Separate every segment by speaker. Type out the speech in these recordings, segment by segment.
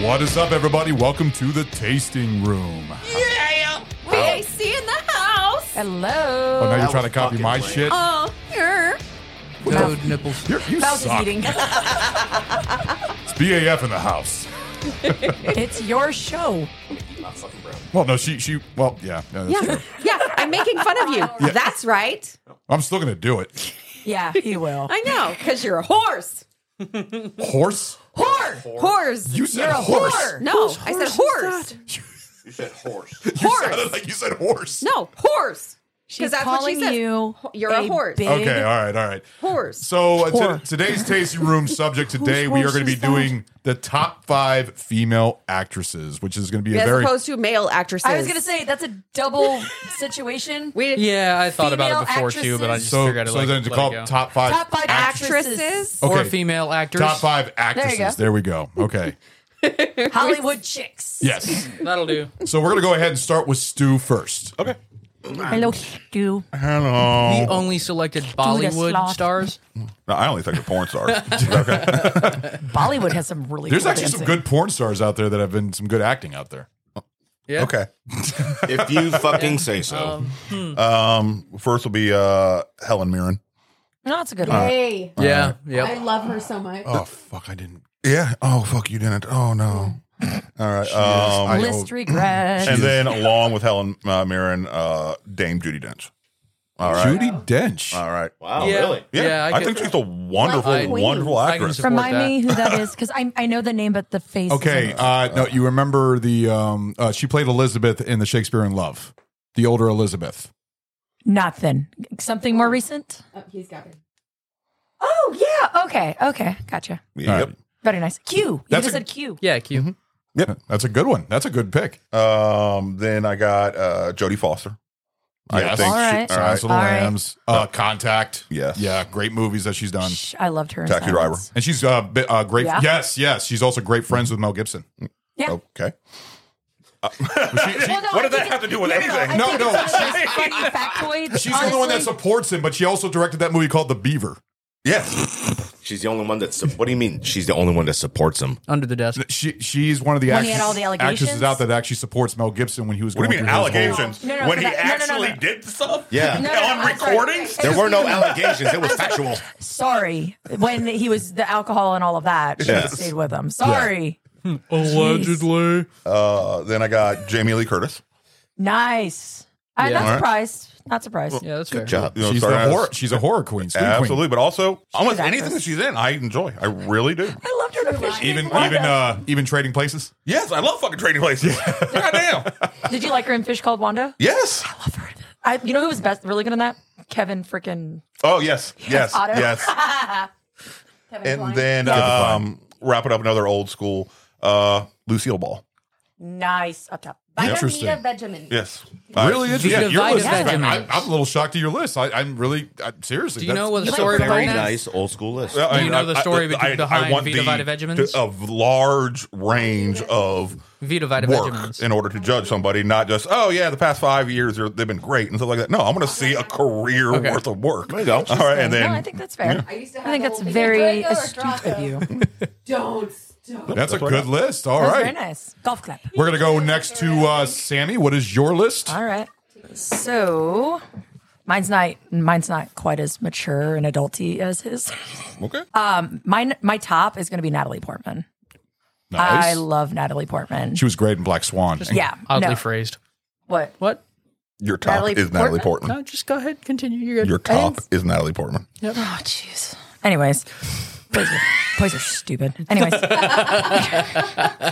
Speaker 1: What is up, everybody? Welcome to the tasting room.
Speaker 2: We ain't seeing the house.
Speaker 1: Oh, now
Speaker 3: Hello.
Speaker 1: you're trying to copy my shit?
Speaker 2: Oh, here.
Speaker 4: Dude, nipples.
Speaker 1: You're, you
Speaker 3: House is
Speaker 1: suck.
Speaker 3: eating.
Speaker 1: It's BAF in the house.
Speaker 3: it's your show.
Speaker 1: Well, no, she, she, well, yeah. yeah, that's true.
Speaker 2: Yeah, I'm making fun of you. That's right.
Speaker 1: I'm still going to do it.
Speaker 3: Yeah, he will.
Speaker 2: I know, because you're a horse.
Speaker 1: Horse?
Speaker 2: Whore. Horse.
Speaker 1: You said horse.
Speaker 2: No, I said horse.
Speaker 5: You said horse.
Speaker 1: You
Speaker 2: Horse.
Speaker 1: sounded like you said horse.
Speaker 2: No, horse.
Speaker 3: She's
Speaker 2: that's what she
Speaker 3: calling
Speaker 2: says.
Speaker 3: you.
Speaker 2: You're a horse.
Speaker 3: big-
Speaker 1: Okay, all right, all right.
Speaker 2: Horse.
Speaker 1: So uh, to- today's tasting room subject today we are
Speaker 3: horse
Speaker 1: going to be
Speaker 3: is that?
Speaker 1: doing the top five female actresses, which is going to be a
Speaker 2: As
Speaker 1: very
Speaker 2: opposed to male actresses.
Speaker 3: I was gonna say that's a double situation.
Speaker 2: We,
Speaker 4: Yeah, I thought about it
Speaker 3: Female
Speaker 4: before too, but I just
Speaker 1: so,
Speaker 4: figured I'd
Speaker 1: so
Speaker 4: like,
Speaker 1: then to
Speaker 4: let
Speaker 1: call
Speaker 4: it go.
Speaker 1: top five
Speaker 3: Top five
Speaker 1: act-
Speaker 3: actresses,
Speaker 2: actresses.
Speaker 1: okay,
Speaker 4: or female actors.
Speaker 1: top five actresses.
Speaker 3: go.
Speaker 1: There, we go. Okay,
Speaker 3: Hollywood chicks.
Speaker 1: yes.
Speaker 4: That'll do.
Speaker 1: So we're going to go ahead and start with Stu first. Okay.
Speaker 3: Hello, Stu.
Speaker 1: Oh.
Speaker 4: The only selected Bollywood
Speaker 3: sloth.
Speaker 4: stars.
Speaker 5: No, I only think of porn stars. okay.
Speaker 3: Bollywood has some really.
Speaker 1: There's
Speaker 3: cool
Speaker 1: actually some
Speaker 3: dancing.
Speaker 1: good porn stars out there that have been some good acting out there.
Speaker 4: Yeah.
Speaker 5: Okay. if you fucking say so. Um, first will be uh, Helen Mirren.
Speaker 3: No, it's a
Speaker 1: Uh,
Speaker 3: good one.
Speaker 6: Hey,
Speaker 4: Yeah. Yep.
Speaker 6: I love her so much.
Speaker 1: Oh fuck, I didn't.
Speaker 5: Yeah. Oh fuck, you didn't. Oh no. All right. Um,
Speaker 1: I-
Speaker 3: List regret.
Speaker 5: and then along with Helen uh, Mirren, uh, Dame Judy Dench. All right.
Speaker 1: Judy Dench.
Speaker 5: All right.
Speaker 7: Wow,
Speaker 4: Yeah.
Speaker 7: Oh, really?
Speaker 5: Yeah.
Speaker 4: Yeah, I
Speaker 5: I,
Speaker 4: could-
Speaker 5: think she's a wonderful,
Speaker 4: Like
Speaker 6: Queen.
Speaker 5: wonderful
Speaker 4: I can
Speaker 5: actress.
Speaker 4: support
Speaker 3: Remind
Speaker 4: that.
Speaker 3: me who that is because I I know the name, but the face.
Speaker 1: Okay,
Speaker 3: isn't.
Speaker 1: uh, no, you remember the um, uh, she played Elizabeth in the Shakespeare in Love, the older Elizabeth.
Speaker 3: nothing. Something more recent.
Speaker 6: Oh, he's got it.
Speaker 3: Oh yeah. Okay. Okay. Gotcha.
Speaker 5: Yep.
Speaker 1: All
Speaker 3: Very nice. Q. You
Speaker 1: That's
Speaker 3: just
Speaker 1: a-
Speaker 3: said Q.
Speaker 4: Yeah, Q.
Speaker 1: Mm-hmm. right. That's a good one. That's a good pick.
Speaker 5: Um, then I got uh, Jodie Foster. I
Speaker 1: Yes.
Speaker 5: think
Speaker 3: All
Speaker 5: she-
Speaker 3: right.
Speaker 5: all
Speaker 1: Silence of the
Speaker 3: All right.
Speaker 1: Lambs, uh, Contact.
Speaker 5: Yes.
Speaker 1: Yeah, great movies that she's done.
Speaker 3: Shh, I loved her. in
Speaker 5: Taxi
Speaker 3: Silence.
Speaker 5: Driver.
Speaker 1: And she's uh, bi- uh great.
Speaker 3: Yeah.
Speaker 1: Yes, yes. She's also great friends with Mel Gibson.
Speaker 3: Yeah.
Speaker 5: Okay.
Speaker 3: Well, no,
Speaker 7: What
Speaker 3: I
Speaker 7: did that
Speaker 3: think
Speaker 7: have to do with
Speaker 3: no,
Speaker 7: anything?
Speaker 3: I
Speaker 1: No,
Speaker 3: think
Speaker 1: no,
Speaker 3: it's one of those funny factoids.
Speaker 1: She's the only one that
Speaker 3: Honestly,
Speaker 1: supports him, but she also directed that movie called The Beaver.
Speaker 5: Yes.
Speaker 7: She's the only one that. Su- what do you mean? She's the only one that supports him.
Speaker 4: Under the desk.
Speaker 1: She she's one of the,
Speaker 3: When
Speaker 1: actresses,
Speaker 3: he had all the allegations?
Speaker 1: actresses out there that actually supports Mel Gibson when he was.
Speaker 5: What do you
Speaker 1: going
Speaker 5: mean
Speaker 1: through his whole-
Speaker 5: allegations?
Speaker 3: No, no,
Speaker 5: when
Speaker 3: for
Speaker 5: he
Speaker 3: that- no, no,
Speaker 5: actually
Speaker 3: no, no.
Speaker 5: did stuff?
Speaker 7: Yeah.
Speaker 3: No, no, no,
Speaker 5: on
Speaker 3: I'm sorry.
Speaker 5: recordings?
Speaker 3: There
Speaker 7: were no allegations. It was factual.
Speaker 3: Sorry, when he was the alcohol and all of that, she
Speaker 7: Yes.
Speaker 3: stayed with him. Sorry,
Speaker 4: Allegedly.
Speaker 5: Uh, then I got Jamie Lee Curtis.
Speaker 3: nice. I'm
Speaker 4: Yeah.
Speaker 3: not
Speaker 5: All right.
Speaker 3: surprised. Not surprised.
Speaker 4: Yeah, that's fair.
Speaker 5: You know,
Speaker 1: She's
Speaker 5: starting
Speaker 1: a
Speaker 5: as-
Speaker 1: horror. She's a horror queen. scream queen.
Speaker 5: Absolutely, but also almost
Speaker 3: an
Speaker 5: anything that
Speaker 3: actress.
Speaker 5: she's in, I enjoy. I really do.
Speaker 3: I loved her. To fish.
Speaker 1: Even even uh even trading places.
Speaker 5: Yes, I love fucking trading places. Goddamn.
Speaker 3: Did you like her in Fish Called Wanda?
Speaker 5: Yes.
Speaker 3: I, you know who was best, really good in that? Kevin freaking
Speaker 5: Oh yes, yes,
Speaker 3: Otto.
Speaker 5: yes.
Speaker 6: Kevin
Speaker 5: and
Speaker 6: Kline.
Speaker 5: then um, wrap it up another old school uh, Lucille Ball.
Speaker 3: nice up top.
Speaker 6: Vita
Speaker 1: Interesting.
Speaker 6: Mita Benjamin.
Speaker 5: Yes,
Speaker 1: really interesting.
Speaker 4: Vita
Speaker 1: your
Speaker 4: Vita
Speaker 1: list is-
Speaker 4: Benjamin.
Speaker 1: I, I'm a little shocked at your list. I, I'm really I, seriously.
Speaker 4: Do you know
Speaker 1: that's-
Speaker 4: what the
Speaker 3: That's
Speaker 4: story
Speaker 7: Very
Speaker 4: behind that?
Speaker 7: nice old school list.
Speaker 5: I
Speaker 4: you know the story be- behind
Speaker 5: want
Speaker 4: Vita Vita Vegemins?
Speaker 5: the- Of large range of
Speaker 4: Vita Vita
Speaker 5: work
Speaker 4: Benjamins.
Speaker 5: in order to judge somebody, not just oh yeah, the past five years are, they've been great and stuff like that. No, I want to see a career
Speaker 4: Okay.
Speaker 5: worth of work.
Speaker 7: There you go.
Speaker 5: All right, and then
Speaker 3: no, I think that's fair.
Speaker 6: I used to
Speaker 3: I
Speaker 6: have
Speaker 3: think
Speaker 6: the
Speaker 3: that's
Speaker 6: whole thing.
Speaker 3: very
Speaker 6: Draco or
Speaker 3: astute of
Speaker 6: Draco?
Speaker 3: you.
Speaker 6: Don't stop.
Speaker 1: That's a
Speaker 5: That's what I
Speaker 1: good
Speaker 5: got.
Speaker 1: list. All
Speaker 3: That was very
Speaker 1: right.
Speaker 3: nice. Golf clap.
Speaker 1: We're gonna go next to uh, Sammy. What is your list?
Speaker 3: All right. So mine's not mine's not quite as mature and adulty as his. Um,
Speaker 5: okay,
Speaker 3: Mine my top is going to be Natalie Portman.
Speaker 1: Nice.
Speaker 3: I love Natalie Portman.
Speaker 1: she was great in Black Swan.
Speaker 3: yeah.
Speaker 4: Oddly
Speaker 3: no.
Speaker 4: phrased.
Speaker 3: what?
Speaker 4: What?
Speaker 5: your top
Speaker 3: Natalie
Speaker 5: is Natalie Portman.
Speaker 4: No, just go ahead. Continue. You're good.
Speaker 5: Your top is Natalie Portman.
Speaker 3: Oh jeez. Anyways, boys are, boys are stupid. Anyways,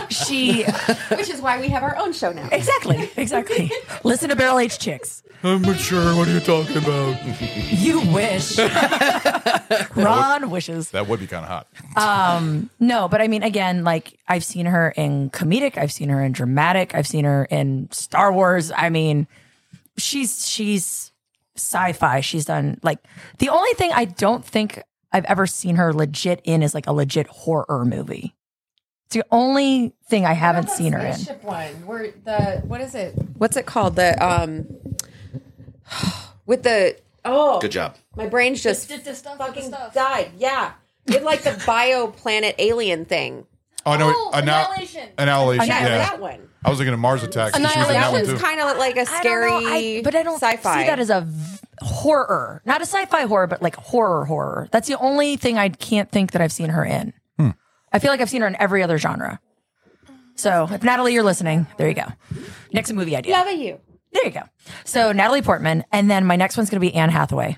Speaker 3: she
Speaker 6: Which is why we have our own show now.
Speaker 3: exactly exactly. Listen to barrel aged chicks.
Speaker 4: I'm mature. What are you talking about?
Speaker 3: You wish. Ron wishes.
Speaker 8: That would be kind of hot.
Speaker 3: No, but I mean, again, like I've seen her in comedic, I've seen her in dramatic, I've seen her in Star Wars. I mean, she's she's sci-fi. She's done like the only thing I don't think I've ever seen her legit in is like a legit horror movie. It's the only thing I haven't
Speaker 9: What's
Speaker 3: seen her
Speaker 9: the
Speaker 3: in.
Speaker 9: Ship one. Where the what is it?
Speaker 2: What's it called? The um, with the oh,
Speaker 7: Good job.
Speaker 2: My brain's just
Speaker 9: Did the stuff with the fucking stuff.
Speaker 2: died. Yeah, with like the bioplanet alien thing.
Speaker 8: Oh, no.
Speaker 9: Oh, Annihilation.
Speaker 8: Annihilation.
Speaker 2: Yeah,
Speaker 8: Yeah.
Speaker 2: that one.
Speaker 8: I was looking at Mars Attacks. and She was in that one
Speaker 2: Annihilation's
Speaker 8: too.
Speaker 2: kind of like a
Speaker 3: I don't
Speaker 2: scary,
Speaker 3: know, I- but I don't
Speaker 2: sci-fi.
Speaker 3: see that as a v- horror, not a sci-fi horror, but like horror horror. That's the only thing I can't think that I've seen her in.
Speaker 8: Hmm.
Speaker 3: I feel like I've seen her in every other genre. So, if Natalie, you're listening, there you go. Next movie idea.
Speaker 9: Love you.
Speaker 3: There you go. So, Natalie Portman, and then my next one's going to be Anne Hathaway.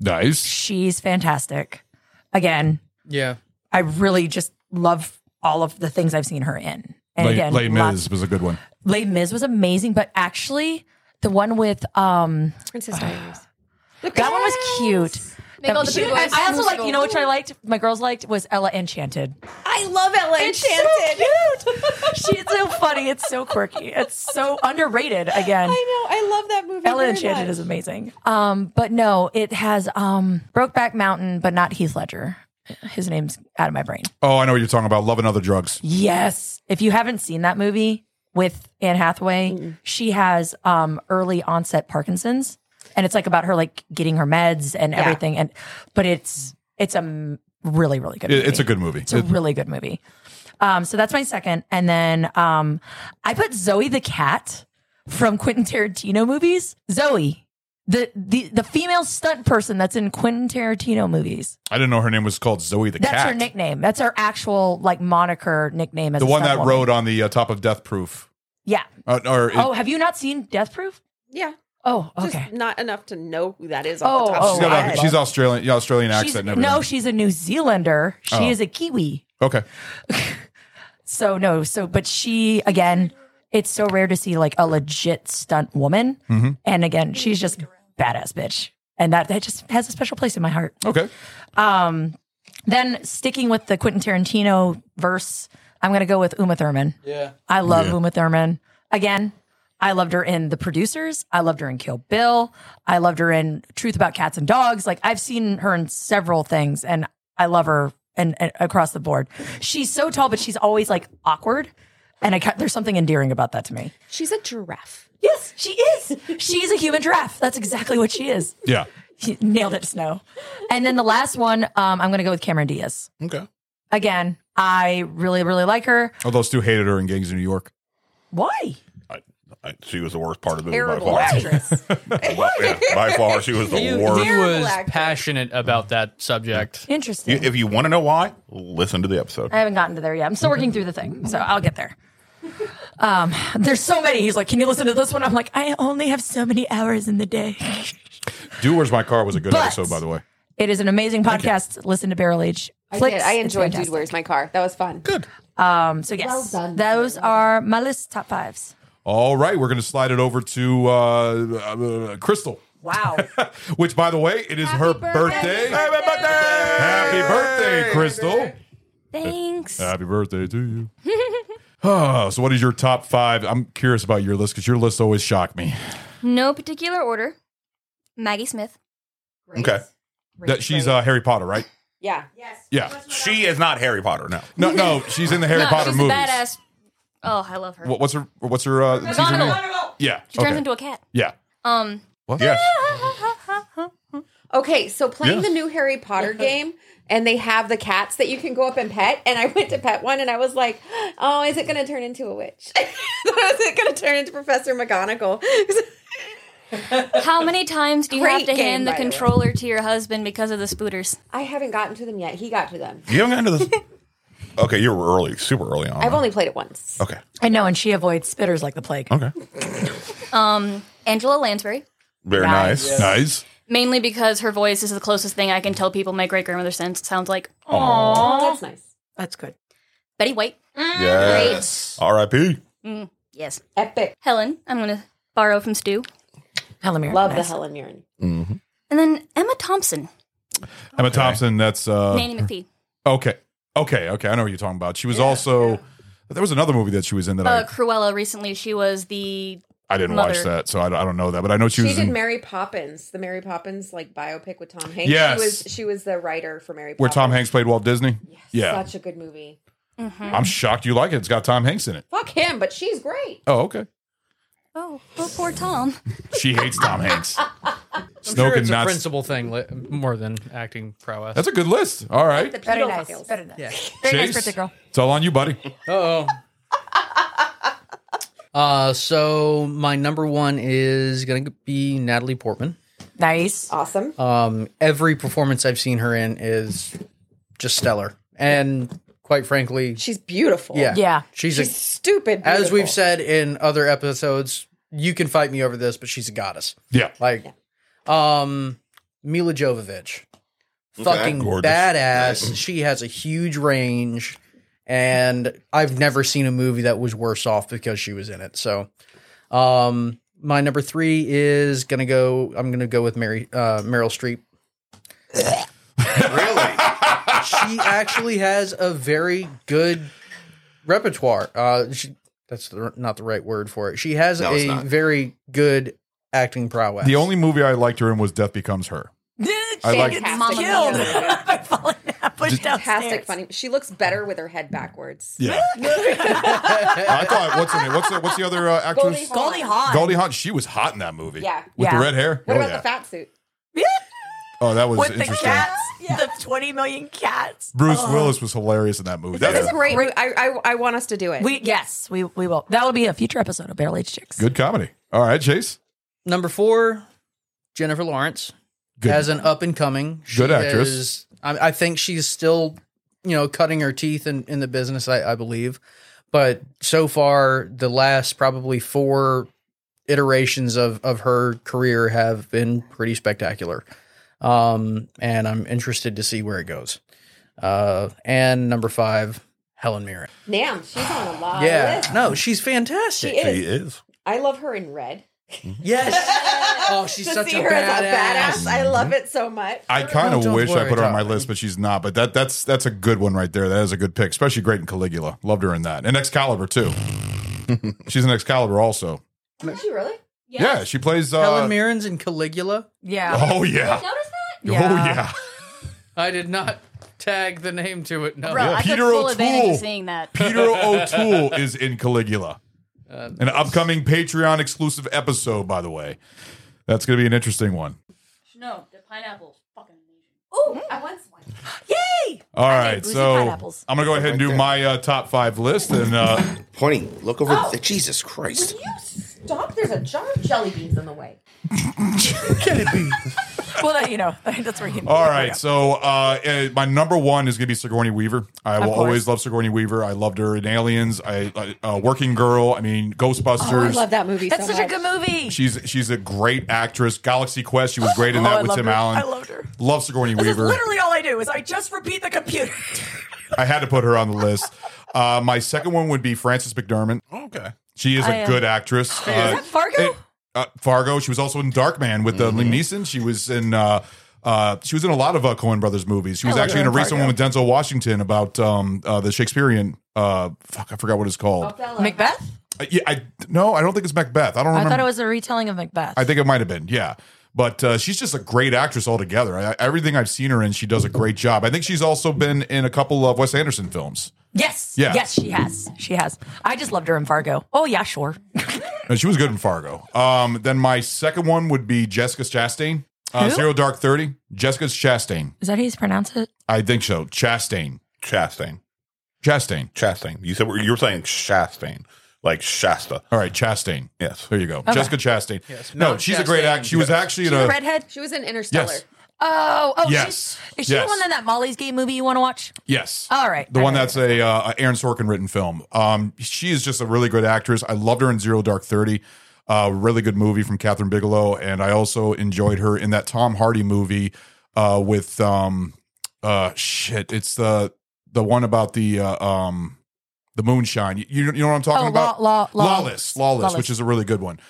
Speaker 8: nice.
Speaker 3: She's fantastic. Again,
Speaker 4: Yeah.
Speaker 3: I really just love all of the things I've seen her in. And
Speaker 8: Late,
Speaker 3: again,
Speaker 8: Late
Speaker 3: lots-
Speaker 8: Miz was a good one.
Speaker 3: Les Mis was amazing, but actually, the one with um,
Speaker 2: Princess Diaries.
Speaker 3: That one was cute.
Speaker 9: Make all the
Speaker 3: She-
Speaker 9: big
Speaker 3: I,
Speaker 9: boys
Speaker 3: I also like,
Speaker 9: musical.
Speaker 3: you know, which I liked, my girls liked was Ella Enchanted.
Speaker 2: I love Ella Enchanted.
Speaker 3: So cute. she, it's so funny. It's so quirky. It's so underrated.
Speaker 2: I
Speaker 3: Again,
Speaker 2: know. I love that movie.
Speaker 3: Ella
Speaker 2: very
Speaker 3: Enchanted
Speaker 2: much.
Speaker 3: is amazing. Um, but no, it has um, Brokeback Mountain, but not Heath Ledger. His name's out of my brain.
Speaker 8: Oh, I know what you're talking about. Love and Other Drugs.
Speaker 3: Yes. If you haven't seen that movie with Anne Hathaway, she has um early onset Parkinson's and it's like about her like getting her meds and everything and but it's it's a m- really really good
Speaker 8: It-
Speaker 3: movie.
Speaker 8: it's a good movie.
Speaker 3: It's a really good movie. Um so that's my second and then um I put Zoe the cat from Quentin Tarantino movies. Zoe the, the the female stunt person that's in Quentin Tarantino movies.
Speaker 8: I didn't know her name was called Zoe the
Speaker 3: That's
Speaker 8: Cat.
Speaker 3: her nickname. That's her actual like moniker nickname as
Speaker 8: The
Speaker 3: a
Speaker 8: one
Speaker 3: stunt
Speaker 8: that
Speaker 3: woman.
Speaker 8: rode on the uh, top of Death Proof.
Speaker 3: Yeah.
Speaker 8: Uh, or it-
Speaker 3: oh, have you not seen Death Proof?
Speaker 2: Yeah.
Speaker 3: Oh,
Speaker 2: Just
Speaker 3: okay.
Speaker 2: not enough to know who that is.
Speaker 3: Oh,
Speaker 2: Off the top
Speaker 3: oh,
Speaker 2: of
Speaker 8: she's,
Speaker 2: my
Speaker 8: got
Speaker 2: head.
Speaker 8: a, she's Australian. Yeah, Australian
Speaker 3: She's-
Speaker 8: accent. and everything.
Speaker 3: no, she's a New Zealander. She
Speaker 8: Oh.
Speaker 3: is a Kiwi.
Speaker 8: Okay.
Speaker 3: So no, so but she again, it's so rare to see like a legit stunt woman.
Speaker 8: Mm-hmm.
Speaker 3: And again, she's just badass bitch. And that that just has a special place in my heart.
Speaker 8: Okay.
Speaker 3: Um then sticking with the Quentin Tarantino verse, I'm gonna go with Uma Thurman.
Speaker 4: Yeah.
Speaker 3: I love
Speaker 8: Yeah.
Speaker 3: Uma Thurman. Again, I loved her in The Producers. I loved her in Kill Bill. I loved her in Truth About Cats and Dogs. Like I've seen her in several things, and I love her and, and across the board. She's so tall, but she's always like awkward. And I ca- there's something endearing about that to me.
Speaker 2: she's a giraffe.
Speaker 3: Yes, she is. She's a human giraffe. That's exactly what she is.
Speaker 8: Yeah.
Speaker 3: She nailed it, Snow. And then the last one, um, I'm going to go with Cameron Diaz.
Speaker 8: Okay.
Speaker 3: Again, I really, really like her.
Speaker 8: Oh, those two hated her in Gangs of New York.
Speaker 3: Why?
Speaker 5: I, I, she was the worst part of the movie by
Speaker 2: Terrible
Speaker 5: far.
Speaker 2: actress.
Speaker 5: By, yeah, by far, she was the
Speaker 4: He, he
Speaker 5: worst.
Speaker 4: was
Speaker 2: actor.
Speaker 4: passionate about that subject.
Speaker 3: Interesting.
Speaker 5: You- if you want to know why, listen to the episode.
Speaker 3: I haven't gotten to there yet. I'm still working through the thing, so I'll get there. Um, there's so many. He's like, "Can you listen to this one?" I'm like, "I only have so many hours in the day."
Speaker 8: Doers My Car was a good
Speaker 3: But-
Speaker 8: episode, by the way.
Speaker 3: It is an amazing podcast. Listen to Barrel Age
Speaker 2: I
Speaker 3: Flicks.
Speaker 2: did. I
Speaker 3: It's
Speaker 2: enjoyed Dude
Speaker 3: fantastic.
Speaker 2: Where's My Car. That was fun. Good.
Speaker 3: Um, so yes,
Speaker 9: Well done,
Speaker 3: those are my list top fives.
Speaker 8: All right. We're going to slide it over to uh, uh, Crystal,
Speaker 3: Wow,
Speaker 8: which, by the way, it is her birthday.
Speaker 5: Happy birthday!
Speaker 8: Happy birthday, Crystal.
Speaker 1: Uh,
Speaker 3: thanks.
Speaker 8: Happy birthday to you. Ah, so, what is your top five? I'm curious about your list because your list always shocked me.
Speaker 10: No particular order. Maggie Smith.
Speaker 5: Okay.
Speaker 8: That she's uh, Harry Potter, right?
Speaker 2: Yeah.
Speaker 8: Yeah.
Speaker 5: She is not Harry Potter. No.
Speaker 8: No, no, she's in the Harry
Speaker 10: no,
Speaker 8: Potter
Speaker 10: she's
Speaker 8: movies.
Speaker 10: a badass. Oh, I love her.
Speaker 8: What- what's her? What's her? Uh, what's her
Speaker 10: McGonagall.
Speaker 8: name? Yeah.
Speaker 10: She turns
Speaker 8: okay.
Speaker 10: into a cat.
Speaker 8: yeah.
Speaker 10: Um,
Speaker 5: Yes.
Speaker 2: Okay, so playing
Speaker 5: Yeah.
Speaker 2: the new Harry Potter game, and they have the cats that you can go up and pet. And I went to pet one, and I was like, "Oh, is it going to turn into a witch? is it going to turn into Professor McGonagall?"
Speaker 10: how many times do you
Speaker 2: Great
Speaker 10: have to
Speaker 2: game,
Speaker 10: hand the
Speaker 2: by the way.
Speaker 10: controller to your husband because of the spooters?
Speaker 2: I haven't gotten to them yet. He got to them.
Speaker 5: You haven't gotten to this. Okay, you were early, super early on.
Speaker 2: I've only played it once.
Speaker 5: Okay.
Speaker 3: I know, and she avoids spitters like the plague.
Speaker 5: Okay.
Speaker 10: Angela Lansbury.
Speaker 5: Very
Speaker 3: Nice.
Speaker 5: nice.
Speaker 8: Nice.
Speaker 10: Mainly because her voice is the closest thing I can tell people my great grandmother sounds sounds like.
Speaker 2: Oh, that's nice.
Speaker 3: That's good.
Speaker 10: Betty White.
Speaker 5: Yes. R.I.P.
Speaker 10: Yes.
Speaker 2: Epic.
Speaker 10: Helen. I'm going to borrow from Stu.
Speaker 3: Helen Mirren,
Speaker 2: Love
Speaker 3: nice.
Speaker 2: the Helen Mirren.
Speaker 10: And then Emma Thompson.
Speaker 1: Emma Thompson. That's uh,
Speaker 10: Nanny McPhee.
Speaker 1: okay, okay, okay. I know what you're talking about. She was also there was another movie that she was in that
Speaker 10: Uh, Cruella recently, she was the
Speaker 1: I I didn't watch
Speaker 10: Mother.
Speaker 1: that, so I, don't- I don't know that, but I know she,
Speaker 2: She
Speaker 1: was
Speaker 2: did
Speaker 1: in
Speaker 2: Mary Poppins, the Mary Poppins like biopic with Tom Hanks.
Speaker 1: Yes.
Speaker 2: She was she was the writer for Mary Poppins.
Speaker 1: where Tom Hanks played Walt Disney. Yeah,
Speaker 2: Such a good movie.
Speaker 1: I'm shocked you like it. It's got Tom Hanks in it.
Speaker 2: Fuck him, but she's great.
Speaker 1: Oh, okay.
Speaker 10: oh, oh poor Tom.
Speaker 1: She hates Tom Hanks.
Speaker 4: I'm
Speaker 1: Snow
Speaker 4: sure
Speaker 1: can
Speaker 4: it's a
Speaker 1: not.
Speaker 4: principal thing li- more than acting prowess.
Speaker 1: That's a good list. All right,
Speaker 3: Very
Speaker 2: Pedophiles.
Speaker 3: nice. Very nice.
Speaker 4: Yeah.
Speaker 3: Very nice
Speaker 1: Chase,
Speaker 3: birthday girl.
Speaker 1: It's all on you, buddy.
Speaker 4: Uh-oh. Uh, so my number one is going to be Natalie Portman.
Speaker 3: Nice.
Speaker 2: Awesome.
Speaker 4: Um, every performance I've seen her in is just stellar. And quite frankly,
Speaker 2: she's beautiful.
Speaker 4: yeah.
Speaker 3: Yeah.
Speaker 4: She's,
Speaker 2: She's
Speaker 4: a,
Speaker 2: stupid.
Speaker 4: as we've
Speaker 2: beautiful.
Speaker 4: said in other episodes, you can fight me over this, but she's a goddess.
Speaker 1: Yeah,
Speaker 4: Like, um, Mila Jovovich, fucking
Speaker 5: Gorgeous.
Speaker 4: badass. She has a huge range, and I've never seen a movie that was worse off because she was in it. So, um, my number three is gonna go. I'm gonna go with Mary uh, Meryl Streep. really, she actually has a very good repertoire. Uh, she, that's the, not the right word for it. She has
Speaker 7: No, it's
Speaker 4: a
Speaker 7: not.
Speaker 4: very good acting prowess.
Speaker 1: the only movie I liked her in was Death Becomes Her. I like-
Speaker 3: She gets
Speaker 10: Mama
Speaker 3: killed
Speaker 10: Mia.
Speaker 3: by falling down, pushed
Speaker 2: Fantastic,
Speaker 3: downstairs.
Speaker 2: funny. She looks better with her head backwards.
Speaker 1: Yeah, I thought what's her name? What's the, what's the other uh, actress?
Speaker 2: Goldie Hawn.
Speaker 3: Goldie Hawn.
Speaker 1: Goldie Hawn, she was hot in that movie.
Speaker 2: Yeah.
Speaker 1: With
Speaker 3: Yeah.
Speaker 1: the red hair.
Speaker 2: What
Speaker 1: oh,
Speaker 2: about
Speaker 1: yeah.
Speaker 2: the fat suit?
Speaker 1: oh, that was
Speaker 3: With the
Speaker 1: interesting.
Speaker 3: cats, the 20 million cats.
Speaker 1: Bruce
Speaker 2: Oh.
Speaker 1: Willis was hilarious in that movie. That's
Speaker 2: It's
Speaker 1: a
Speaker 2: a great. mo- I, I I want us to do it.
Speaker 3: We yes, we we will. That'll be a future episode of Barrel Age Chicks.
Speaker 1: good comedy. All right, Chase.
Speaker 4: Number four, Jennifer Lawrence
Speaker 1: Good.
Speaker 4: as an up and coming She
Speaker 1: Good actress.
Speaker 4: is- I, I think she's still, you know, cutting her teeth in, in the business. I, I believe, but so far the last probably four iterations of of her career have been pretty spectacular, um, and I'm interested to see where it goes. Uh, and number five, Helen Mirren.
Speaker 2: Nam, she's on a lot. Of
Speaker 4: Yeah,
Speaker 2: lists.
Speaker 4: no, she's fantastic.
Speaker 2: She is.
Speaker 5: is.
Speaker 2: I love her in red.
Speaker 4: Yes. oh, she's
Speaker 2: to
Speaker 4: such
Speaker 2: see
Speaker 4: a
Speaker 2: her
Speaker 4: badass. Mm-hmm.
Speaker 2: as a badass, I love it so much.
Speaker 1: I kind
Speaker 4: No,
Speaker 1: of
Speaker 4: don't
Speaker 1: wish I
Speaker 4: worry,
Speaker 1: put her on my
Speaker 4: darling.
Speaker 1: list, but she's not. But that that's that's a good one right there. That is a good pick, especially great in Caligula. Loved her in that, and Excalibur too. she's an Excalibur also.
Speaker 2: Is she really?
Speaker 1: Yeah, she plays. Uh,
Speaker 4: Helen Mirren's in Caligula.
Speaker 3: Yeah.
Speaker 1: Oh yeah.
Speaker 10: Notice that?
Speaker 1: Oh yeah.
Speaker 4: I did not tag the name to it. No.
Speaker 10: Bro, I
Speaker 1: Peter
Speaker 10: took full advantage
Speaker 1: O'Toole.
Speaker 10: of seeing that.
Speaker 1: Peter O'Toole is in Caligula.
Speaker 4: Uh,
Speaker 1: An upcoming Patreon exclusive episode, by the way. That's going to be an interesting one.
Speaker 10: No, the pineapples. Fucking
Speaker 2: Oh, I want one.
Speaker 3: Yay!
Speaker 1: All right,
Speaker 3: boozy
Speaker 1: so
Speaker 3: pineapples.
Speaker 1: I'm going to go ahead and do my uh, top five list. And uh,
Speaker 7: Pointing, look over. Jesus Christ.
Speaker 2: You stop. There's a jar of jelly beans in the way.
Speaker 3: Well, that, you know, that's where you.
Speaker 1: all right, so uh, uh, my number one is going to be Sigourney Weaver. I will
Speaker 3: course.
Speaker 1: always love Sigourney Weaver. I loved her in Aliens. I uh, uh, Working Girl. I mean,
Speaker 2: I
Speaker 3: Oh,
Speaker 1: Ghostbusters.
Speaker 2: love that movie.
Speaker 3: That's
Speaker 2: so
Speaker 3: such a
Speaker 2: much.
Speaker 3: good movie.
Speaker 1: she's she's a great actress. Galaxy Quest. She was great in that
Speaker 3: Oh, I
Speaker 1: with
Speaker 3: loved
Speaker 1: Tim
Speaker 3: her.
Speaker 1: Allen.
Speaker 3: I loved her.
Speaker 1: Love Sigourney
Speaker 3: This is
Speaker 1: Weaver. Uh,
Speaker 3: literally all I do is I just repeat the computer.
Speaker 1: I had to put her on the list. Uh, my second one would be Frances McDermott.
Speaker 5: Okay.
Speaker 1: She is a
Speaker 3: I, uh,
Speaker 1: good actress. Uh,
Speaker 3: Fargo? Mm-hmm.
Speaker 1: it- uh, Fargo. She was also in Darkman with uh, Liam Neeson. She was in. Uh, uh, she was in a lot of uh, Coen Brothers movies. She was
Speaker 3: love
Speaker 1: actually in
Speaker 3: her
Speaker 1: a
Speaker 3: in
Speaker 1: recent
Speaker 3: Fargo.
Speaker 1: one with Denzel Washington about um, uh, the Shakespearean. Uh, fuck, I forgot what it's
Speaker 3: Oh,
Speaker 1: called.
Speaker 3: Macbeth?
Speaker 1: Uh, yeah, I no, I don't think it's Macbeth. I don't
Speaker 3: I
Speaker 1: remember.
Speaker 3: thought it was a retelling of Macbeth.
Speaker 1: I think it might have been, yeah. But uh, she's just a great actress altogether. I, everything I've seen her in, she does a great job. I think she's also been in a couple of Wes Anderson films.
Speaker 3: yes.
Speaker 1: Yeah.
Speaker 3: Yes, she has. She has. I just loved her in Fargo. Oh yeah, sure.
Speaker 1: No, she was good in Fargo. Um, then my second one would be Jessica Chastain. Uh, Zero Dark Thirty. Jessica Chastain.
Speaker 3: Is that how you pronounce it?
Speaker 1: I think so. Chastain.
Speaker 5: Chastain.
Speaker 1: Chastain.
Speaker 5: Chastain. You said you were saying Chastain, like Shasta.
Speaker 1: All right, Chastain.
Speaker 5: Yes.
Speaker 1: There you go. Jessica Chastain.
Speaker 4: Yes,
Speaker 1: no,
Speaker 4: Mount
Speaker 1: she's a great
Speaker 4: Chastain.
Speaker 1: actress. She was actually
Speaker 4: Uh,
Speaker 1: in a.
Speaker 3: redhead?
Speaker 2: She was in Interstellar.
Speaker 1: yes.
Speaker 3: Oh, oh,
Speaker 1: Yes.
Speaker 3: she's- is she
Speaker 1: Yes.
Speaker 3: the one in that Molly's Game movie you want to watch?
Speaker 1: Yes.
Speaker 3: All right.
Speaker 1: The
Speaker 3: I
Speaker 1: one
Speaker 3: know
Speaker 1: that's a, uh, a Aaron Sorkin written film. Um, she is just a really good actress. I loved her in Zero Dark Thirty. Uh, really good movie from Catherine Bigelow, and I also enjoyed her in that Tom Hardy movie uh, with um, uh, shit. It's the the one about the uh, um, the moonshine. You, you know what I'm talking
Speaker 3: Oh,
Speaker 1: about?
Speaker 3: Law- Law- Law-
Speaker 1: Lawless, Lawless,
Speaker 3: Lawless.
Speaker 1: which is a really good one.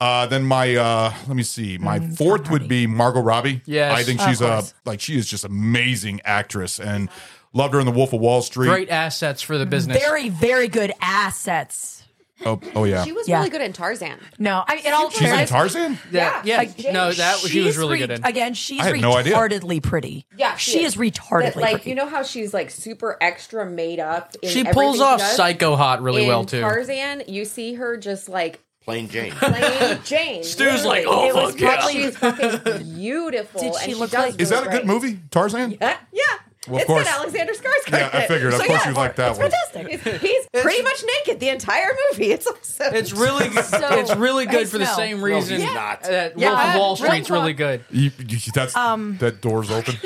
Speaker 1: Uh, then my uh, let me see, my
Speaker 3: Mm,
Speaker 1: fourth would be Margot Robbie.
Speaker 4: Yes.
Speaker 1: I think she's a like she is just amazing actress and loved her in The Wolf of Wall Street.
Speaker 4: Great assets for the business.
Speaker 3: Very, very good assets.
Speaker 1: Oh, oh yeah,
Speaker 2: She was
Speaker 3: Yeah.
Speaker 2: really good in Tarzan.
Speaker 3: No, I, in all
Speaker 1: she's in
Speaker 3: fairness,
Speaker 1: Tarzan.
Speaker 4: yeah, yeah.
Speaker 2: yeah.
Speaker 4: no, that she was
Speaker 3: she's
Speaker 4: really
Speaker 3: re-
Speaker 4: good in.
Speaker 3: Again, she's
Speaker 1: I had no idea.
Speaker 3: retardedly pretty.
Speaker 2: Yeah,
Speaker 3: she,
Speaker 2: she
Speaker 3: is,
Speaker 2: is.
Speaker 3: retardedly
Speaker 2: But like
Speaker 3: pretty.
Speaker 2: you know how she's like super extra made up. In
Speaker 4: she
Speaker 2: everything
Speaker 4: pulls off
Speaker 2: does?
Speaker 4: Psycho Hot really
Speaker 2: in
Speaker 4: well too.
Speaker 2: Tarzan, you see her just like
Speaker 7: Plain Jane.
Speaker 2: plain Jane.
Speaker 4: Stu's like,
Speaker 2: literally.
Speaker 4: "Oh,
Speaker 2: It was
Speaker 4: fuck yeah."
Speaker 2: fucking- she's fucking beautiful.
Speaker 3: Did
Speaker 2: and
Speaker 3: she
Speaker 2: she
Speaker 3: look
Speaker 2: does
Speaker 3: like-
Speaker 1: Is
Speaker 2: really
Speaker 1: that a good
Speaker 2: great.
Speaker 1: movie? Tarzan.
Speaker 2: Uh, yeah.
Speaker 1: of
Speaker 2: it's
Speaker 1: course.
Speaker 2: got Alexander Skarsgård.
Speaker 1: Yeah, I
Speaker 2: in it.
Speaker 1: figured. Of course you like that
Speaker 2: it's
Speaker 1: one.
Speaker 2: Fantastic. It's- he's pretty much naked the entire movie. It's awesome.
Speaker 4: It's really, it's really good for the
Speaker 3: no.
Speaker 4: same reason
Speaker 7: he's not.
Speaker 4: that
Speaker 2: Yeah.
Speaker 4: Wolf of Wall
Speaker 3: Real
Speaker 4: Street's really good.
Speaker 1: You, you- that's that door's open.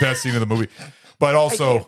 Speaker 1: Best scene of the movie. But also,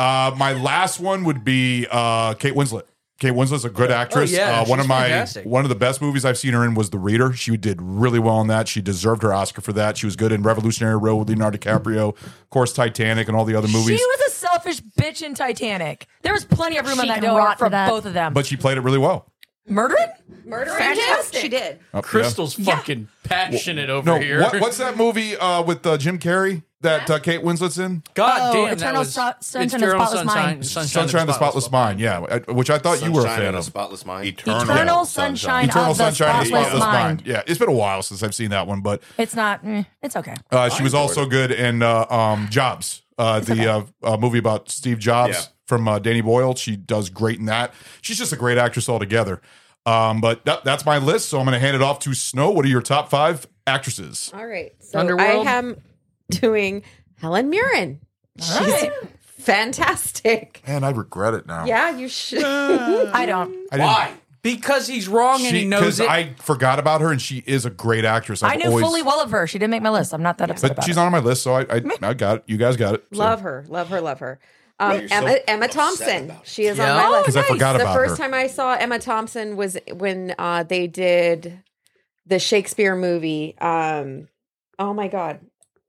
Speaker 1: uh, my last one would be uh, Kate Winslet. Kate Winslet's a good actress.
Speaker 4: yeah,
Speaker 1: uh, one of
Speaker 4: she's
Speaker 1: my
Speaker 4: fantastic.
Speaker 1: one of the best movies I've seen her in was The Reader. She did really well in that. She deserved her Oscar for that. She was good in Revolutionary Road with Leonardo DiCaprio, of course Titanic and all the other
Speaker 3: she
Speaker 1: movies.
Speaker 3: was a selfish bitch in Titanic. There was plenty of room on
Speaker 10: She
Speaker 3: that
Speaker 10: can
Speaker 3: door
Speaker 10: rot
Speaker 3: for
Speaker 10: for that.
Speaker 3: both of them.
Speaker 1: but she played it really well.
Speaker 3: Murdering?
Speaker 2: murdering
Speaker 3: Fantastic.
Speaker 2: him. She did.
Speaker 1: Uh, yeah.
Speaker 4: Crystal's fucking passionate over
Speaker 1: No,
Speaker 4: here.
Speaker 1: what, what's that movie uh, with uh, Jim Carrey that uh, Kate Winslet's in?
Speaker 4: God
Speaker 3: Oh,
Speaker 4: damn, that
Speaker 3: Eternal
Speaker 4: was,
Speaker 3: Sun- Sunshine
Speaker 4: it's
Speaker 3: of the
Speaker 4: Eternal
Speaker 3: Spotless
Speaker 4: Sunshine,
Speaker 3: Mind.
Speaker 4: Sunshine,
Speaker 1: Sunshine of the Spotless Mind. Yeah, I- which I thought you were a
Speaker 7: Sunshine
Speaker 1: fan
Speaker 7: and a
Speaker 1: of.
Speaker 7: Spotless Mind.
Speaker 3: Eternal Sunshine,
Speaker 1: Eternal
Speaker 3: of the
Speaker 1: Sunshine of the
Speaker 3: Spotless
Speaker 1: Spotless
Speaker 3: Mind.
Speaker 1: Mind. Yeah, it's been a while since I've seen that one, but
Speaker 3: It's not. mm, it's okay.
Speaker 1: uh, she was also good in uh, um, Jobs, uh, the uh, uh, movie about Steve Jobs
Speaker 7: Yeah.
Speaker 1: from uh, Danny Boyle. She does great in that. She's just a great actress altogether. Um, but that, that's my list, so I'm going to hand it off to Snow. What are your top five actresses?
Speaker 2: All right. So
Speaker 4: Underworld?
Speaker 2: I am doing Helen Mirren. She's
Speaker 3: right.
Speaker 2: fantastic.
Speaker 1: Man, I regret it now.
Speaker 2: Yeah, you should.
Speaker 3: I don't.
Speaker 1: I didn't-
Speaker 4: Because he's wrong and he
Speaker 1: She,
Speaker 4: knows
Speaker 1: because
Speaker 4: it.
Speaker 1: I forgot about her, and she is a great actress. I've
Speaker 3: I knew
Speaker 1: always-
Speaker 3: fully well of her. She didn't make my list. I'm not that upset
Speaker 1: but
Speaker 3: about
Speaker 1: she's
Speaker 3: it.
Speaker 1: not on my list, so I I, I got it. You guys got it. So.
Speaker 2: Love her, love her, love her.
Speaker 7: Well,
Speaker 2: Um,
Speaker 7: you're so
Speaker 2: Emma Emma
Speaker 7: upset
Speaker 2: Thompson,
Speaker 7: about it.
Speaker 2: she is
Speaker 4: Yeah.
Speaker 2: on my
Speaker 4: Oh,
Speaker 2: list.
Speaker 1: 'Cause I forgot
Speaker 2: the
Speaker 1: about
Speaker 2: first
Speaker 1: her.
Speaker 2: time I saw Emma Thompson was when uh, they did the Shakespeare movie. Um, oh my god,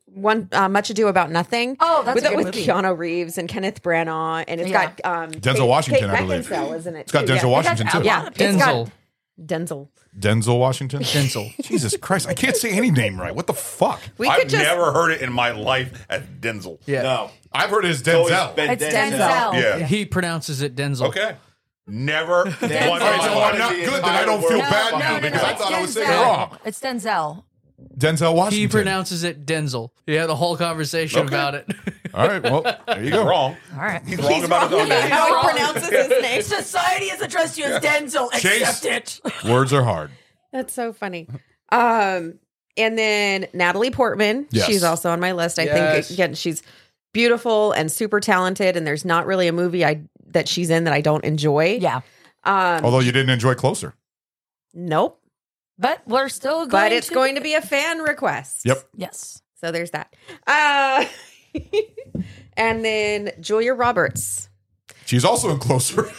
Speaker 2: one uh, Much Ado About Nothing.
Speaker 3: Oh, that's
Speaker 2: with,
Speaker 3: a good
Speaker 2: with
Speaker 3: movie.
Speaker 2: Keanu Reeves and Kenneth Branagh, and it's
Speaker 3: Yeah.
Speaker 2: got um,
Speaker 1: Denzel Washington,
Speaker 2: Kate
Speaker 1: I believe.
Speaker 2: Beckinsale, isn't it?
Speaker 1: It's got
Speaker 2: too?
Speaker 1: Denzel
Speaker 2: Yeah.
Speaker 1: Washington too.
Speaker 2: Yeah, it's
Speaker 4: Denzel.
Speaker 2: got Denzel.
Speaker 1: Denzel Washington.
Speaker 4: Denzel.
Speaker 1: Jesus Christ, I can't say any name right. What the fuck?
Speaker 2: We
Speaker 5: I've
Speaker 2: could just
Speaker 5: never heard it in my life as Denzel.
Speaker 4: Yeah.
Speaker 7: No.
Speaker 1: I've heard it as
Speaker 7: It's always
Speaker 1: Denzel.
Speaker 7: been
Speaker 3: It's Denzel.
Speaker 5: Yeah.
Speaker 4: He pronounces it Denzel.
Speaker 5: Okay. Never. once in
Speaker 7: Denzel.
Speaker 5: my
Speaker 1: All right, so
Speaker 5: life.
Speaker 1: I'm not good, then I don't feel
Speaker 7: No,
Speaker 1: bad
Speaker 7: no,
Speaker 1: now
Speaker 7: no,
Speaker 1: because
Speaker 7: no,
Speaker 1: I thought I was saying
Speaker 3: Denzel.
Speaker 1: it wrong.
Speaker 3: It's Denzel.
Speaker 1: Denzel Washington.
Speaker 4: He pronounces it Denzel. He had a whole conversation
Speaker 5: Okay.
Speaker 4: about it.
Speaker 1: All right, well, there you
Speaker 5: You're
Speaker 1: go.
Speaker 5: wrong.
Speaker 3: All right.
Speaker 5: He's wrong about his own name.
Speaker 2: how he pronounces his name.
Speaker 3: Society has addressed you as Denzel.
Speaker 1: Chase.
Speaker 3: Accept it.
Speaker 1: Words are hard.
Speaker 2: That's so funny. Um, and then Natalie Portman,
Speaker 1: Yes.
Speaker 2: she's also on my list. I
Speaker 4: Yes.
Speaker 2: think again, she's beautiful and super talented. And there's not really a movie I that she's in that I don't enjoy.
Speaker 3: Yeah.
Speaker 2: Um,
Speaker 1: Although you didn't enjoy Closer.
Speaker 2: nope.
Speaker 3: But we're still going
Speaker 2: But it's
Speaker 3: to-
Speaker 2: going to be a fan request.
Speaker 1: Yep.
Speaker 3: Yes.
Speaker 2: So there's that. Uh, and then Julia Roberts.
Speaker 1: She's also in Closer.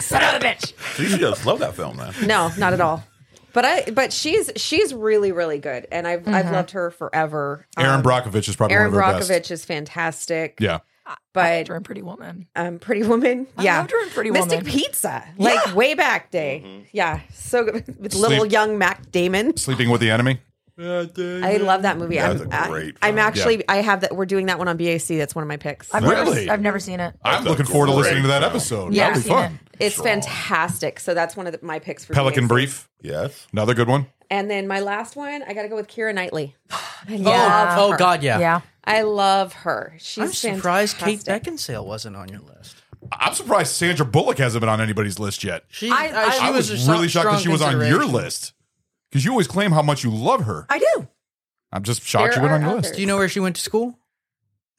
Speaker 3: Son of a bitch.
Speaker 5: So you should just love that film, man.
Speaker 2: No, not at all. But I, but she's she's really really good, and I've
Speaker 3: Mm-hmm.
Speaker 2: I've loved her forever.
Speaker 1: Aaron
Speaker 2: Um,
Speaker 1: Brockovich is probably
Speaker 2: Erin
Speaker 1: one of her best.
Speaker 2: Brockovich is fantastic.
Speaker 1: Yeah.
Speaker 2: but
Speaker 3: You're a pretty woman.
Speaker 2: um, Pretty Woman.
Speaker 3: I
Speaker 2: yeah,
Speaker 3: loved her in Pretty
Speaker 2: Mystic
Speaker 3: Woman.
Speaker 2: Pizza, like way back day.
Speaker 3: Mm-hmm.
Speaker 2: Yeah, so good with little
Speaker 1: Sleep.
Speaker 2: young Mac Damon.
Speaker 1: Sleeping with the Enemy.
Speaker 2: I love that movie.
Speaker 5: That's
Speaker 2: I'm,
Speaker 5: a great
Speaker 2: I, am
Speaker 5: film.
Speaker 2: actually,
Speaker 1: Yeah.
Speaker 2: I have that. We're doing that one on BAC. That's one of my picks.
Speaker 3: I've
Speaker 1: Really?
Speaker 3: Never, I've never seen it.
Speaker 1: I'm looking forward to listening to that episode.
Speaker 3: Yeah.
Speaker 1: That'll be
Speaker 3: Seen
Speaker 1: fun.
Speaker 2: it's fantastic. So that's one of the, my picks for
Speaker 1: Pelican
Speaker 2: BAC.
Speaker 1: Brief.
Speaker 5: Yes.
Speaker 1: Another good one.
Speaker 2: And then my last one, I got to go with Kira Knightley. I
Speaker 3: Yeah.
Speaker 2: love
Speaker 4: Oh,
Speaker 2: her.
Speaker 4: God, yeah.
Speaker 3: Yeah.
Speaker 2: I love her. She's
Speaker 4: I'm surprised Kate
Speaker 2: fantastic.
Speaker 4: Beckinsale wasn't on your list.
Speaker 1: I'm surprised Sandra Bullock hasn't been on anybody's list yet.
Speaker 4: She,
Speaker 3: I-
Speaker 4: uh, she
Speaker 1: I was,
Speaker 4: a so-
Speaker 1: really shocked that
Speaker 4: strong
Speaker 1: she was on your
Speaker 4: consideration.
Speaker 1: list because you always claim how much you love her.
Speaker 3: I do.
Speaker 1: I'm just shocked
Speaker 2: There
Speaker 1: you went
Speaker 2: are
Speaker 1: on your
Speaker 2: others.
Speaker 1: list.
Speaker 4: Do you know where she went to school?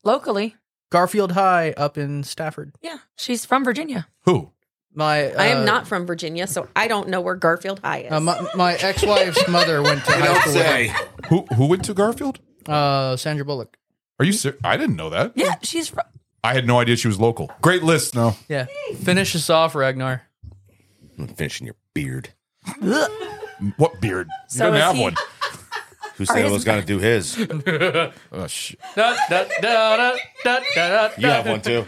Speaker 3: Locally.
Speaker 4: Garfield High up in Stafford.
Speaker 3: Yeah. She's from Virginia.
Speaker 1: Who?
Speaker 4: My
Speaker 2: I
Speaker 4: uh,
Speaker 2: am not from Virginia, so I don't know where Garfield High is.
Speaker 4: Uh, my, my ex-wife's mother went to high school. with her.
Speaker 7: Say.
Speaker 1: Who? Who went to Garfield?
Speaker 4: Uh, Sandra Bullock.
Speaker 1: Are you? Ser- I didn't know that.
Speaker 3: Yeah. She's from.
Speaker 1: I had no idea she was local. Great list. No,
Speaker 4: Yeah. Finish us off, Ragnar.
Speaker 7: I'm finishing your beard.
Speaker 1: what beard? You
Speaker 3: So
Speaker 1: didn't
Speaker 3: is
Speaker 1: have
Speaker 3: he-
Speaker 1: one.
Speaker 7: Who said I was going to do his?
Speaker 1: Oh, shit.
Speaker 4: Da, da, da, da, da, da, da.
Speaker 7: You have one too.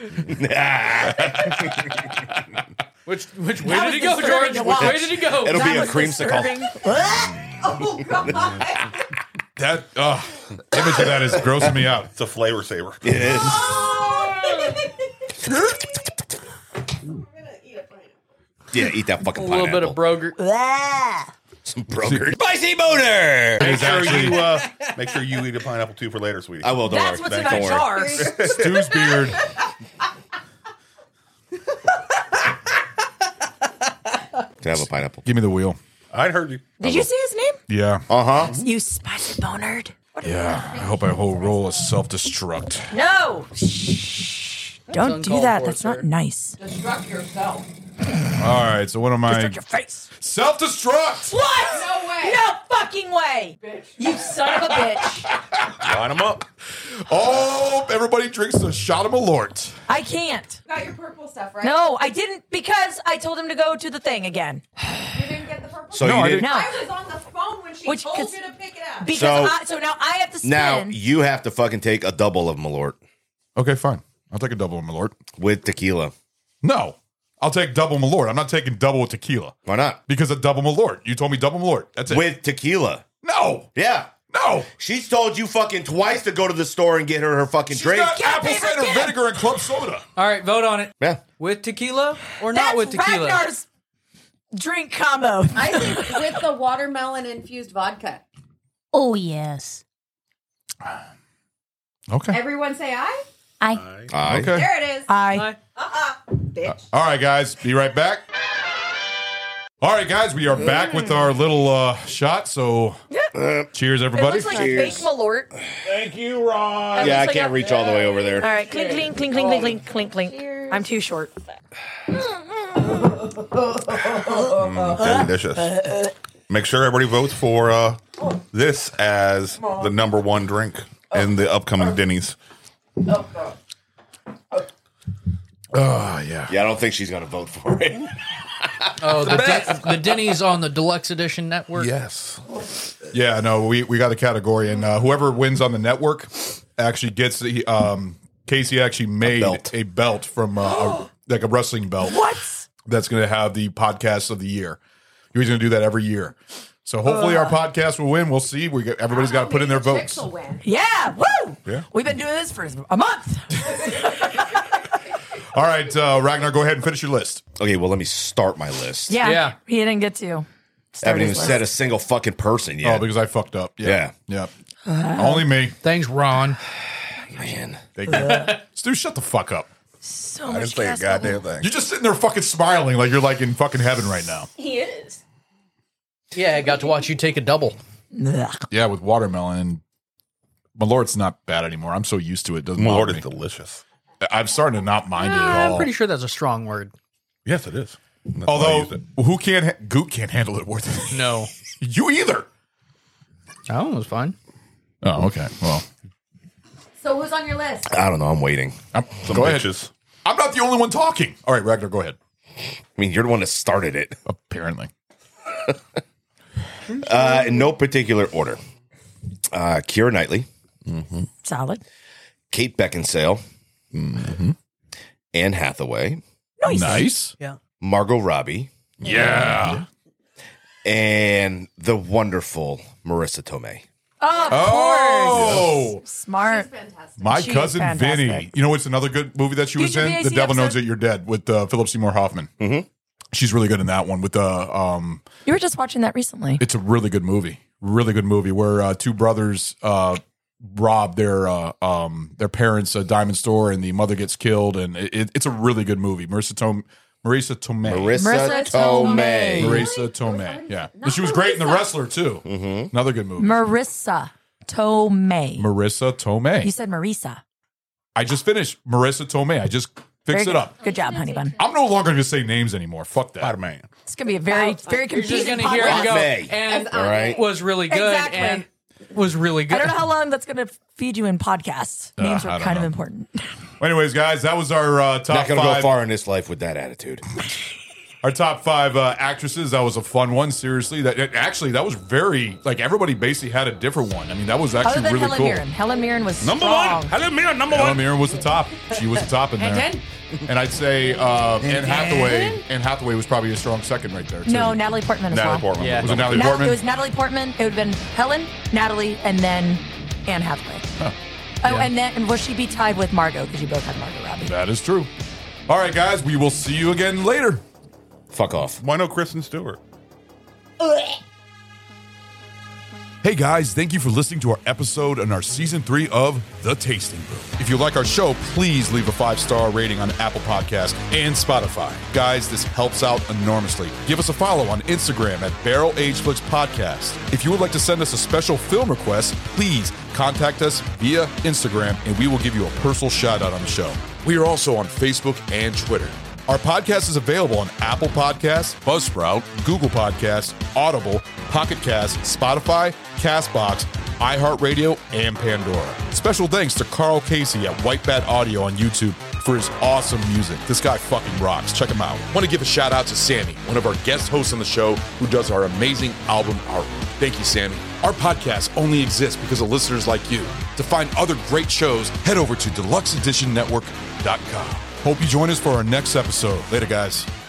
Speaker 11: Which which way did
Speaker 3: That was
Speaker 11: he go,
Speaker 3: disturbing
Speaker 11: George?
Speaker 3: to
Speaker 11: Which way
Speaker 3: watch.
Speaker 11: did he go?
Speaker 7: It'll be
Speaker 3: That
Speaker 7: a
Speaker 3: was
Speaker 7: creamsicle.
Speaker 3: disturbing.
Speaker 2: Oh god.
Speaker 1: That uh, image of that is grossing me out.
Speaker 5: It's a flavor saver.
Speaker 7: It is. Yeah, eat that fucking
Speaker 11: a little bit of
Speaker 7: pineapple.
Speaker 11: broger.
Speaker 7: Some broker. Spicy boner.
Speaker 5: Make sure you uh, make sure you eat a pineapple too for later, sweetie.
Speaker 7: I will. Don't
Speaker 3: That's
Speaker 7: worry.
Speaker 3: what's in my
Speaker 7: Don't worry.
Speaker 3: jar.
Speaker 1: Stu's beard.
Speaker 7: To have a pineapple.
Speaker 1: Give me the wheel.
Speaker 5: I heard you.
Speaker 3: Did you see his name?
Speaker 1: Yeah.
Speaker 7: Uh huh.
Speaker 3: You spicy bonard.
Speaker 1: Yeah. I hope my whole roll is self destruct.
Speaker 3: No. Shh. Don't do
Speaker 11: uncalled
Speaker 3: that.
Speaker 11: for,
Speaker 3: That's
Speaker 11: sir.
Speaker 3: not nice.
Speaker 2: Destruct yourself.
Speaker 1: All right. So, what am I?
Speaker 3: Shut your face.
Speaker 1: Self destruct.
Speaker 3: What?
Speaker 2: No way.
Speaker 3: No fucking way. You son of a bitch.
Speaker 5: Line them up.
Speaker 1: Oh, everybody drinks a shot of Malort.
Speaker 3: I can't.
Speaker 2: Got your purple stuff, right?
Speaker 3: No, I didn't because I told him to go to the thing again.
Speaker 2: You didn't get the purple
Speaker 7: So
Speaker 1: No,
Speaker 7: you
Speaker 1: I
Speaker 7: didn't.
Speaker 3: No.
Speaker 2: I was on the phone when she
Speaker 3: Which-
Speaker 2: told
Speaker 3: 'cause-
Speaker 2: you to pick it up.
Speaker 3: Because
Speaker 7: So-
Speaker 3: I, so now I have to spin.
Speaker 7: Now you have to fucking take a double of Malort
Speaker 1: Okay, fine. I'll take a double of Malort.
Speaker 7: with tequila.
Speaker 1: No, I'll take double Malort. I'm not taking double with tequila
Speaker 7: Why not?
Speaker 1: because a double Malort. You told me double Malort. That's it.
Speaker 7: With tequila.
Speaker 1: no,
Speaker 7: Yeah.
Speaker 1: no.
Speaker 7: She's told you fucking twice to go to the store and get her her fucking
Speaker 1: She's
Speaker 7: drink.
Speaker 1: got
Speaker 3: Get
Speaker 1: apple
Speaker 3: him,
Speaker 1: cider
Speaker 3: get him.
Speaker 1: vinegar and club soda.
Speaker 11: All right, vote on it.
Speaker 7: yeah.
Speaker 11: With tequila or
Speaker 3: That's
Speaker 11: not with tequila?
Speaker 3: Ragnar's drink combo.
Speaker 2: I think with the watermelon infused vodka.
Speaker 10: Oh yes.
Speaker 1: Okay.
Speaker 2: Everyone say aye.
Speaker 10: I
Speaker 7: Aye.
Speaker 1: Okay.
Speaker 2: There it is.
Speaker 3: I
Speaker 2: Bitch.
Speaker 1: All right, guys, be right back. All right, guys, we are back with our little uh, shot. So, cheers, everybody.
Speaker 3: looks like a fake malort. All
Speaker 5: Thank you, Ron.
Speaker 7: Uh, Yeah, I
Speaker 3: looks like
Speaker 7: can't
Speaker 3: a-
Speaker 7: reach all the way over there.
Speaker 3: right, clink, clink, clink, clink, clink, clink, clink, clink. I'm too short.
Speaker 5: Delicious. Make sure everybody votes for uh, this as the number one drink in the upcoming Denny's.
Speaker 3: Oh,
Speaker 5: Ah,
Speaker 7: Yeah, I don't think she's gonna vote for it.
Speaker 11: oh, the, Den- the Denny's on the Deluxe Edition Network.
Speaker 5: Yes.
Speaker 1: Yeah, no, we, we got a category, and uh, whoever wins on the network actually gets the. Um, Casey actually made a belt,
Speaker 7: belt.
Speaker 1: from uh, a, like a wrestling belt.
Speaker 3: What?
Speaker 1: That's going to have the podcast of the year. He's going to do that every year. So hopefully our podcast will win. We'll see. We get, everybody's got to put in their votes.
Speaker 2: Chicks will win.
Speaker 3: Yeah, woo!
Speaker 1: Yeah.
Speaker 3: We've been doing this for a month.
Speaker 1: All right, uh, Ragnar, go ahead and finish your list. Oh,
Speaker 7: Okay, well let me start my list.
Speaker 3: Yeah,
Speaker 11: Yeah.
Speaker 3: he didn't get to.
Speaker 7: I haven't even
Speaker 3: his
Speaker 7: said a single fucking person
Speaker 1: Oh,
Speaker 7: yet.
Speaker 1: because I fucked up.
Speaker 7: Yeah.
Speaker 1: Yeah. Yeah. Only me.
Speaker 11: Thanks, Ron.
Speaker 7: Man.
Speaker 1: Thank you. Stu, shut the fuck up.
Speaker 3: So
Speaker 5: I
Speaker 3: much
Speaker 5: didn't say a
Speaker 3: gas
Speaker 5: goddamn
Speaker 3: level.
Speaker 5: thing.
Speaker 1: You're just sitting there fucking smiling like you're like in fucking heaven right now.
Speaker 10: he is.
Speaker 11: Yeah, I got to watch you take a double.
Speaker 3: Ugh.
Speaker 1: Yeah, with watermelon. and My lord's not bad anymore. I'm so used to it. it doesn't
Speaker 5: Lord
Speaker 1: bother
Speaker 5: is
Speaker 1: me.
Speaker 5: delicious.
Speaker 1: I'm starting to not mind it at
Speaker 11: I'm
Speaker 1: all.
Speaker 11: pretty sure that's a strong word.
Speaker 5: Yes, it is. That's why I
Speaker 1: Although
Speaker 5: used it.
Speaker 1: who can't ha- Goot can't handle it worth it.
Speaker 11: No.
Speaker 1: you either.
Speaker 11: That one was fine.
Speaker 1: Oh, okay. Well,
Speaker 2: So who's on your list?
Speaker 7: I don't know, I'm waiting.
Speaker 1: I'm,
Speaker 5: some
Speaker 1: go ahead.
Speaker 5: bitches.
Speaker 1: I'm not the only one talking. All right, Ragnar, go ahead.
Speaker 7: I mean, you're the one that started it.
Speaker 1: Apparently.
Speaker 7: Uh, in no particular order. Uh, Kira Knightley,
Speaker 3: Solid.
Speaker 7: Kate Beckinsale,
Speaker 1: Mm-hmm.
Speaker 7: Anne Hathaway,
Speaker 3: Nice.
Speaker 1: Nice.
Speaker 7: Margot Robbie,
Speaker 1: Yeah.
Speaker 7: and the wonderful Marissa Tomei.
Speaker 3: Of course.
Speaker 1: Oh.
Speaker 3: Smart.
Speaker 2: Fantastic.
Speaker 1: My
Speaker 3: She's
Speaker 1: cousin
Speaker 3: fantastic.
Speaker 1: Vinny. You know what's another good movie that she
Speaker 3: Did
Speaker 1: was
Speaker 3: you
Speaker 1: in?
Speaker 3: guys
Speaker 1: The
Speaker 3: see
Speaker 1: Devil Knows
Speaker 3: episode-
Speaker 1: That You're Dead with uh, Philip Seymour Hoffman.
Speaker 5: Mm-hmm.
Speaker 1: She's really good in that one. With uh, um,
Speaker 3: You were just watching that recently.
Speaker 1: it's a really good movie. Really good movie where uh, two brothers uh, rob their uh, um, their parents' uh, diamond store, and the mother gets killed. And it, it, it's a really good movie. Marissa Tom, Marissa Tomei,
Speaker 7: Marissa,
Speaker 3: Marissa
Speaker 7: Tomei.
Speaker 3: Tomei.
Speaker 1: Marissa Tomei. Yeah, but she was great in The Wrestler too.
Speaker 7: Mm-hmm.
Speaker 1: Another good movie.
Speaker 3: Marissa Tomei.
Speaker 1: Marissa
Speaker 3: you
Speaker 1: Tomei.
Speaker 3: said Marissa.
Speaker 1: I just finished Marissa Tomei. I just
Speaker 3: Very
Speaker 1: fixed it
Speaker 3: good.
Speaker 1: up.
Speaker 3: Good job, honey bun.
Speaker 1: I'm no longer going to say names anymore. Fuck that.
Speaker 5: Spider-Man.
Speaker 3: It's gonna be a very, very
Speaker 11: You're just
Speaker 3: confusing
Speaker 11: gonna hear him
Speaker 3: podcast.
Speaker 11: go.
Speaker 7: May.
Speaker 11: And
Speaker 7: All right.
Speaker 11: was really good.
Speaker 3: Exactly.
Speaker 11: And was really
Speaker 3: I
Speaker 11: good.
Speaker 3: don't know how long that's gonna feed you in podcasts. Names
Speaker 1: Uh, I
Speaker 3: are
Speaker 1: don't
Speaker 3: kind of
Speaker 1: know.
Speaker 3: important.
Speaker 1: Anyways, guys, that was our uh, top
Speaker 7: Not going to go
Speaker 1: five.
Speaker 7: far in this life with that attitude.
Speaker 1: Our top five uh, actresses. That was a fun one. Seriously, that it- actually that was very like everybody basically had a different one. I mean, that was
Speaker 3: Other
Speaker 1: actually
Speaker 3: than
Speaker 1: really
Speaker 3: Helen
Speaker 1: cool.
Speaker 3: Mirren. Helen Mirren was
Speaker 5: Number
Speaker 3: strong.
Speaker 5: one. Hello, Mira. Number
Speaker 1: Helen
Speaker 5: one.
Speaker 1: Mirren was the top. She was the top in there.
Speaker 2: Jen,
Speaker 1: and I'd say uh, Anne Hathaway. Anne Hathaway was probably a strong second right there. Too.
Speaker 3: No, Natalie Portman as
Speaker 5: Natalie
Speaker 3: well.
Speaker 5: Portman.
Speaker 11: Yeah.
Speaker 1: Was it Natalie
Speaker 3: Nat-
Speaker 1: Portman?
Speaker 3: It was Natalie Portman. It would have been Helen, Natalie, and then Anne Hathaway. Oh,
Speaker 11: Yeah.
Speaker 3: and then and will she be tied with Margot because you both had Margot Robbie?
Speaker 1: that is true. All right, guys, we will see you again later.
Speaker 7: Fuck off.
Speaker 5: Why no Kristen Stewart?
Speaker 8: Hey guys, thank you for listening to our episode and our season three of The Tasting Room.
Speaker 1: If you like our show, please leave a five star rating on Apple Podcast and Spotify.
Speaker 8: Guys, this helps out enormously.
Speaker 1: Give us a follow on Instagram at Barrel Age Flicks Podcast. If you would like to send us a special film request, please contact us via Instagram and we will give you a personal shout out on the show.
Speaker 8: We are also on Facebook and Twitter.
Speaker 1: Our podcast is available on Apple Podcasts, Buzzsprout, Google Podcasts, Audible, Pocket Cast, Spotify, Castbox, iHeartRadio, and Pandora. Special thanks to Carl Casey at White Bat Audio on YouTube for his awesome music. This guy fucking rocks. Check him out.
Speaker 8: want to give a shout out to Sammy, one of our guest hosts on the show who does our amazing album art. Thank you, Sammy. Our podcast only exists because of listeners like you. To find other great shows, head over to deluxeeditionnetwork.com.
Speaker 1: Hope you join us for our next episode. Later, guys.